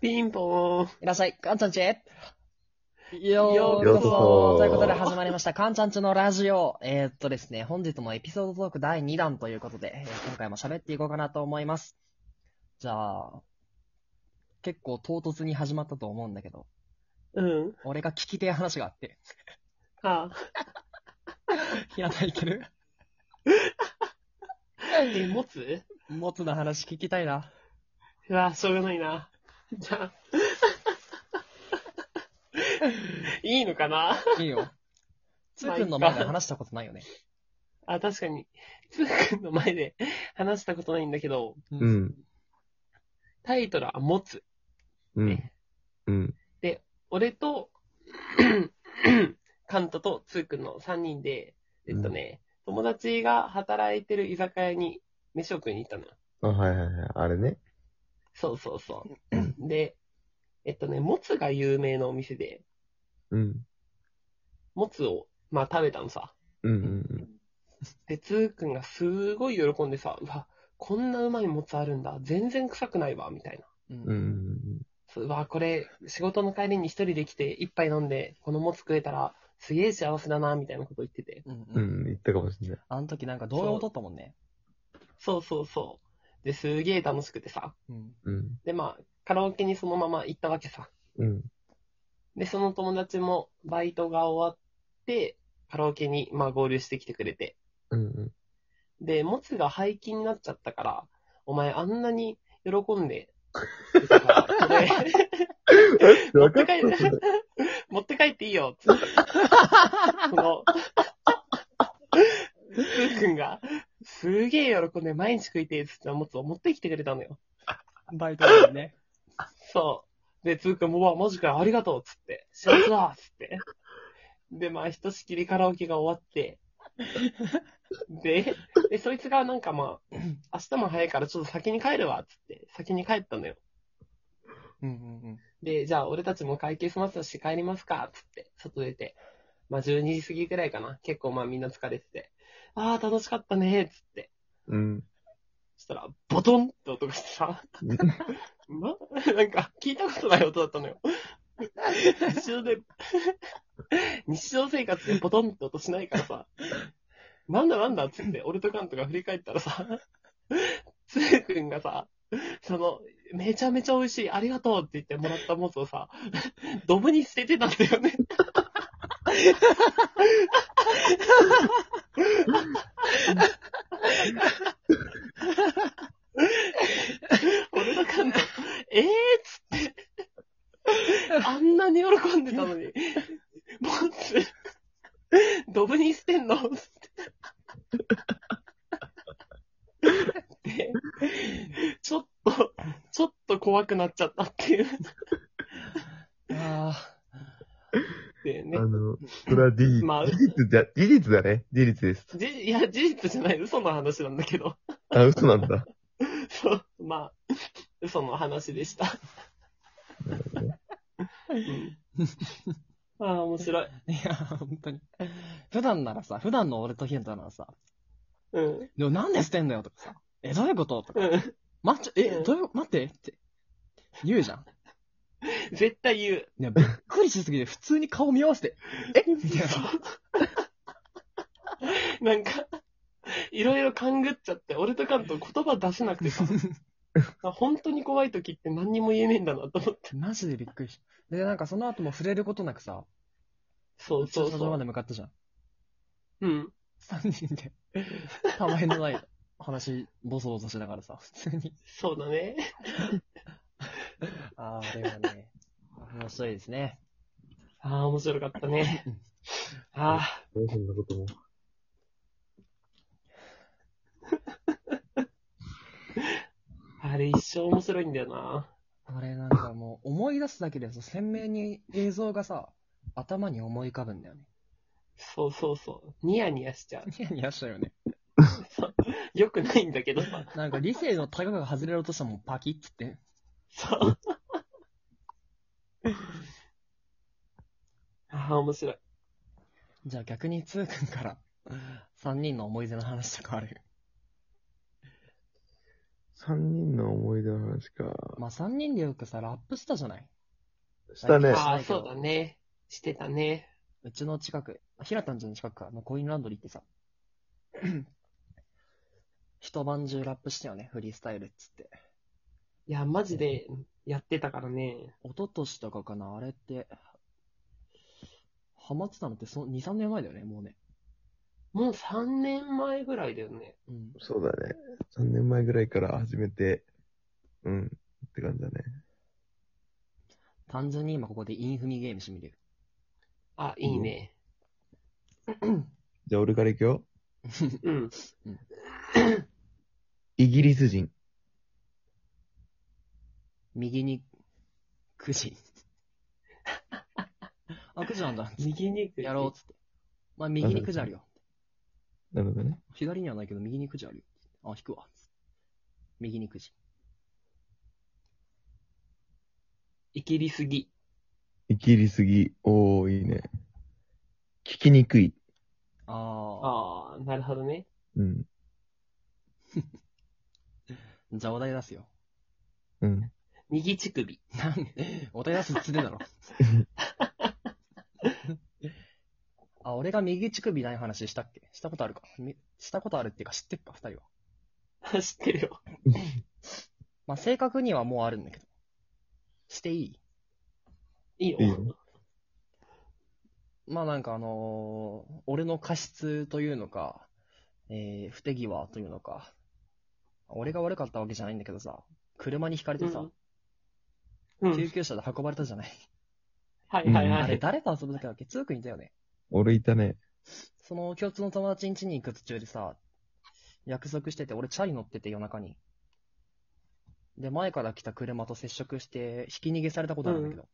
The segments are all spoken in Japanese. ピンポーン。いらっしゃい、かんちゃんちへよよううここそそということで始まりました、かんちゃんちのラジオ。えー、っとですね、本日もエピソードトーク第2弾ということで、えー今回も喋っていこうかなと思います。じゃあ、結構唐突に始まったと思うんだけど、うん。俺が聞きてえ話があって、あ、平田いけるえ、持つもつの話聞きたいな。うわ、しょうがないな。じゃあ。いいのかないいよ。つーくんの前で話したことないよね。あ、確かに。つーくんの前で話したことないんだけど、う。ん。タイトルは持つ。うん。うん。俺と、 カンタとつーくんの3人で、えっとね、友達が働いてる居酒屋に飯を食いに行ったのよ。あ、はいはいはい。あれね。そうそうそう。で、えっとね、もつが有名なお店で、うん。もつを、まあ食べたのさ。うんうんで、つーくんがすごい喜んでさ、うわ、こんなうまいもつあるんだ。全然臭くないわ、みたいな。う。うん。うんんそううわ、これ、仕事の帰りに一人で来て、一杯飲んで、このもつ食えたら、すげえ幸せだな、みたいなこと言ってて。う。うんん。言ったかもしれない。あの時なんか動画を撮ったもんね。そうそうそう。で、すげえ楽しくてさ。うん。うん。で、まあ、カラオケにそのまま行ったわけさ。うん。で、その友達も、バイトが終わって、カラオケに、まあ、合流してきてくれて。うん。で、もつが廃棄になっちゃったから、お前あんなに喜んで、って言ったからで持わってかっ帰ってた。、 持って帰っていいよ、 つって。その、つーくんが、すげえ喜んで毎日食いてえっつってもつを持ってきてくれたのよ。バイトだよね。そう。で、つーくんも、うわ、マジかよ、ありがとう、つって。幸せだ、つって。で、まあ、ひとしきりカラオケが終わって、で、で、そいつがなんかまあ、明日も早いからちょっと先に帰るわ、つって、先に帰ったのよ。うんうんうん。で、じゃあ俺たちも会計済ませたし帰りますか、つって、外出て。まあ、12時過ぎくらいかな。結構まあみんな疲れてて。ああ、楽しかったね、つって。 うん。そしたら、ボトンって音がしてさ。な、 なんか、聞いたことない音だったのよ。日常で、日常生活でポトンって音しないからさ、なんだなんだっつって、俺とカントが振り返ったらさ、つーくんがさ、その、めちゃめちゃ美味しい、ありがとうって言ってもらったモツをさ、ドブに捨ててたんだよね。俺とカント、えーっつって、あんなに喜んでたのに、モツ、ドブに捨てんのつって。で、ちょっと、ちょっと怖くなっちゃったっていう。あでねあ。の、それは事実。まあ事実じゃ、事実だね。事実です。じ、いや、事実じゃない、嘘の話なんだけど。あ、嘘なんだ。そう、まあ、嘘の話でした。なるほどねああ、面白い。あ。いや、本当に。普段ならさ、普段の俺とヒントならさ、うん。でもなんで捨てんだよとかさ、え、どういうこととか、うん。待っちょ、うえ、んどういう、待ってって、言うじゃん。絶対言う。いや、びっくりしすぎて、普通に顔見合わせて、 えみたい な。なんか、いろいろ勘ぐっちゃって、俺とカント言葉出せなくて さ、本当に怖い時って何にも言えねえんだなと思って。マジでびっくりした。で、なんかその後も触れることなくさ、そうそう駐車場そまう。で向かったじゃん。うん。三人で、たまへんのない話、ボソボソしながらさ、普通に。そうだね。ああ、あれはね、面白いですね。ああ、面白かったね。ああ、 そんなことも。あれ一生面白いんだよな。あれなんかもう、思い出すだけでさ、鮮明に映像がさ、頭に思い浮かぶんだよね。そうそうそう。ニヤニヤし ちゃう。ニヤニヤしたよね。よくないんだけどさ。なんか理性のタガが外れようとしたもんパキッつって。 そう。ああ、面白い。じゃあ逆につーくんから、3人の思い出の話とかある。三人の思い出の話か。まあ、3人でよくさ、ラップしたじゃないしたね。ああ、そうだね。してたね。うちの近く、ひなたんちの近くか、のコインランドリーってさ、 一晩中ラップしたよね、フリースタイルっつって。いや、マジでやってたからね。一昨年とかかな、あれって、ハマってたのってそ2、3年前だよね、もうね。もう3年前ぐらいだよね。うん。そうだね。三年前ぐらいから始めて、うん、って感じだね。単純に今ここでインフミゲームしてみる。あ、いいね。じゃあ俺から行くよ。うん。イギリス人。右に9時。 あ、9時なんだ。右に行く。やろうっつって。まあ、右に9時あるよ。なるほどね。左にはないけど、右に9時あるよ。あ、引くわ。右に9時。イギリスぎ。イギリスぎ。おー、いいね。聞きにくい。ああ。ああ、なるほどね。うん。じゃあお題出すよ。うん。右乳 首。なんお題出すっつってんだろ。あ、俺が右乳首ない話したっけしたことあるかみしたことあるっていうか知ってっか、二人は。知ってるよ。まあ、正確にはもうあるんだけど。していいいいよ。いいよまあなんかあのー俺の過失というのか、えー、不手際というのか、俺が悪かったわけじゃないんだけどさ、車にひかれてさ、うん。救急車で運ばれたじゃない。はいはいあはれ、い。誰と遊ぶ時だっけ通くにいたよね。俺いたね。その共通の友達ん家に行く途中でさ、約束してて、俺チャリ乗ってて夜中に。で、前から来た車と接触して、ひき逃げされたことあるんだけど。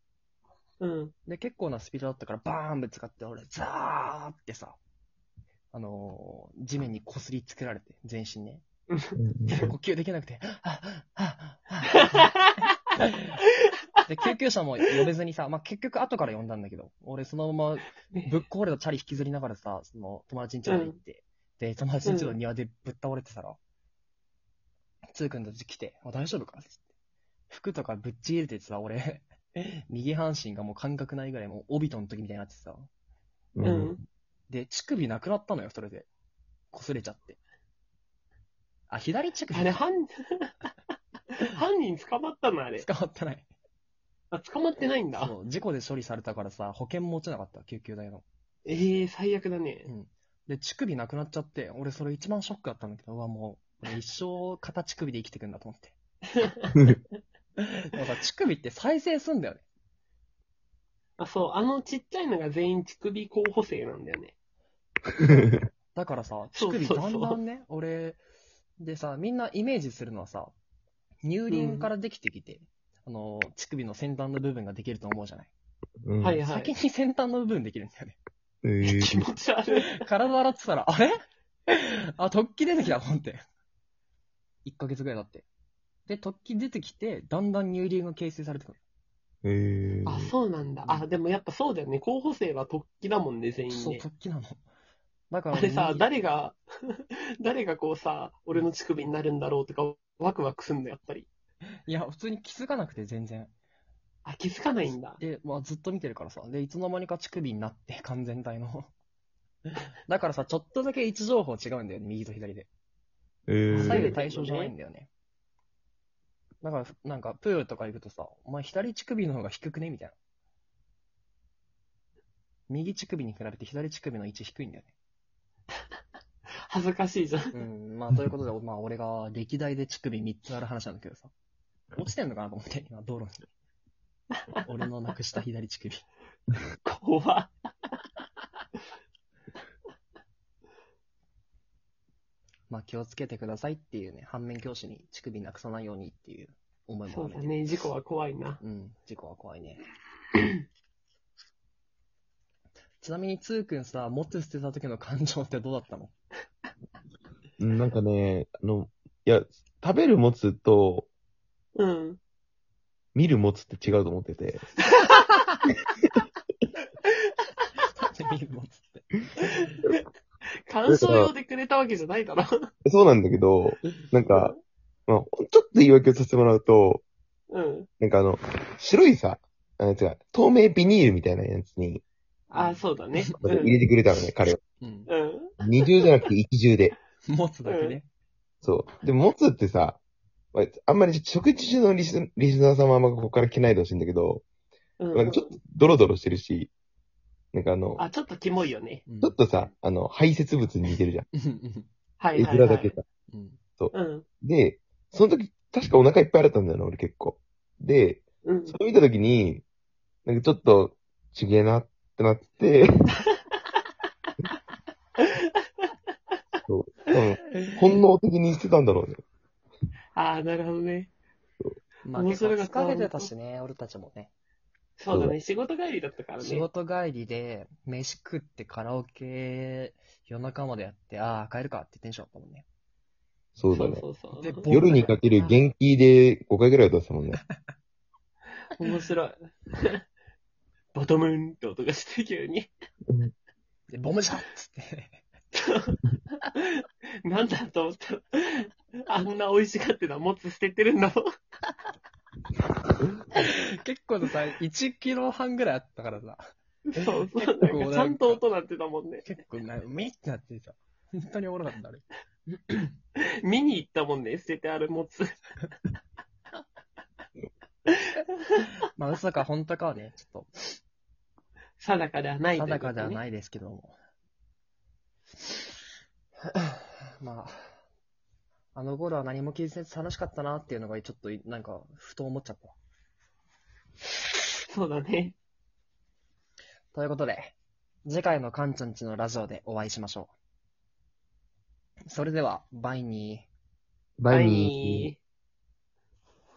うん。で、結構なスピードだったから、バーンぶつかって、俺、ザーってさ、あのー地面にこすりつけられて、全身 ね。呼吸できなくて、はっはっはっは で、救急車も呼べずにさ、まあ、結局後から呼んだんだけど、俺そのままぶっ壊れたチャリ引きずりながらさ、その友達ん家まで行って、で、友達ん家の庭でぶっ倒れてたら、つーくんたち来て、あ、大丈夫かって服とかぶっちぎれててさ、 俺、右半身がもう感覚ないぐらいもうオビトの時みたいになってさ、ううんん。。で、乳首なくなったのよ、それで。擦れちゃって。あ、左乳 首あれ、犯、 犯人捕まったのあれ。捕まってない。あ、捕まってないんだ。そう、事故で処理されたからさ、保険も落ちなかった、救急代の。ええ最悪だねう。ん。で、乳首なくなっちゃって、俺それ一番ショックだったんだけど、うわ、もう、俺一生片乳首で生きてくんだと思って。でもさ、乳首って再生すんだよね。あ、そう、あのちっちゃいのが全員乳首候補生なんだよね。だからさ、乳そうそう首そうだんだんね、俺、でさ、みんなイメージするのはさ、乳輪からできてきて、あの、乳首の先端の部分ができると思うじゃない。うんはいは先い。に先端の部分できるんだよね。えー 気持ち悪い。体洗ってたら、あれ あ、突起出てきたもんって。1ヶ月ぐらい経って。で、突起出てきて、だんだん乳輪が形成されてくる。えーあ、そうなんだ。あ、でもやっぱそうだよね。候補生は突起だもんね、全員そう、ね。突起なの。だから、あれさ、右誰が、 誰がこうさ、俺の乳首になるんだろうとか、ワクワクすんだよ、やっぱり。いや、普通に気づかなくて、全然。あ、気づかないんだ。で、まあ、ずっと見てるからさ。で、いつの間にか乳首になって、完全体の。だからさ、ちょっとだけ位置情報違うんだよね、右と左で。え左右ー対称じゃないんだよね。だから、なんか、プールとか行くとさ、お前左乳首の方が低くねみたいな。右乳首に比べて左乳首の位置低いんだよね。恥ずかしいじゃん。 うん、まあ、ということで、 まあ、俺が歴代で乳首3つある話なんだけどさ。落ちてんのかなと思って、今、道路に。俺のなくした左乳首。怖っまあ、気をつけてくださいっていうね、反面教師に乳首なくさないようにっていう思いもそあうるだね、事故は怖いな。うん、事故は怖いね。 ちなみに、つーくんさ、持つ捨てた時の感情ってどうだったのうんなんかね、あの、いや、食べるもつと、うん。見るもつって違うと思ってて。見るもつって。鑑賞用でくれたわけじゃないだろ。そうなんだけど、なんか、まあ、ちょっと言い訳をさせてもらうと、うん。なんかあの、白いさ、あの、違う、透明ビニールみたいなやつにあ、そうだね。う入れん。てくれたのね、彼は。うん。うん。二重じゃなくて一重で。持つだけね。そう。でも、持つってさ、まああんまり食事中のリスリスナーさんはあんまここから着ないでほしいんだけど、うなんんかちょっとドロドロしてるし、なんかあの、あ、ちょっとキモいよね。うんちょっとさ、あの、排泄物に似てるじゃん。うんはい絵はい、は面い。だけさ。うんうん。で、その時、確かお腹いっぱいだったんだよな、俺結構。で、うんそ。れ見た時に、なんかちょっと、ちげえなってなって、 そう、多分、本能的にしてたんだろうね。ああ、なるほどね。まあ面結白構かった疲れてたしね、俺たちもね。そうだね。仕事帰りだったから仕ね。事帰りで、飯食ってカラオケ夜中までやって、ああ、帰るかってテンションだったもんね。そうだね。そうそうでそう。夜にかける元気で5回ぐらい出したもんね。面白 い。ボトムーンって音がして急に。で、ボムじゃんっつって。なんだと思ったら。あんな美味しがってたもつ捨ててるんだもん。結構さ、1キロ半ぐらいあったからさ、そうそう。結な構んなんかかちゃんと音なってたもんね。結構な、うめえってなってさ、本当におもろかった、あれ。見に行ったもんね、捨ててあるもつ。まあ嘘か本当かはね、ちょっ定かではなと、いという定こかとではね。ないですけ ども。まあ、あの頃は何も気にせず楽しかったなっていうのが、ちょっと、なんか、ふと思っちゃった。そうだね。ということで、次回のカンちゃんちのラジオでお会いしましょう。それでは、バイニー。バイニー。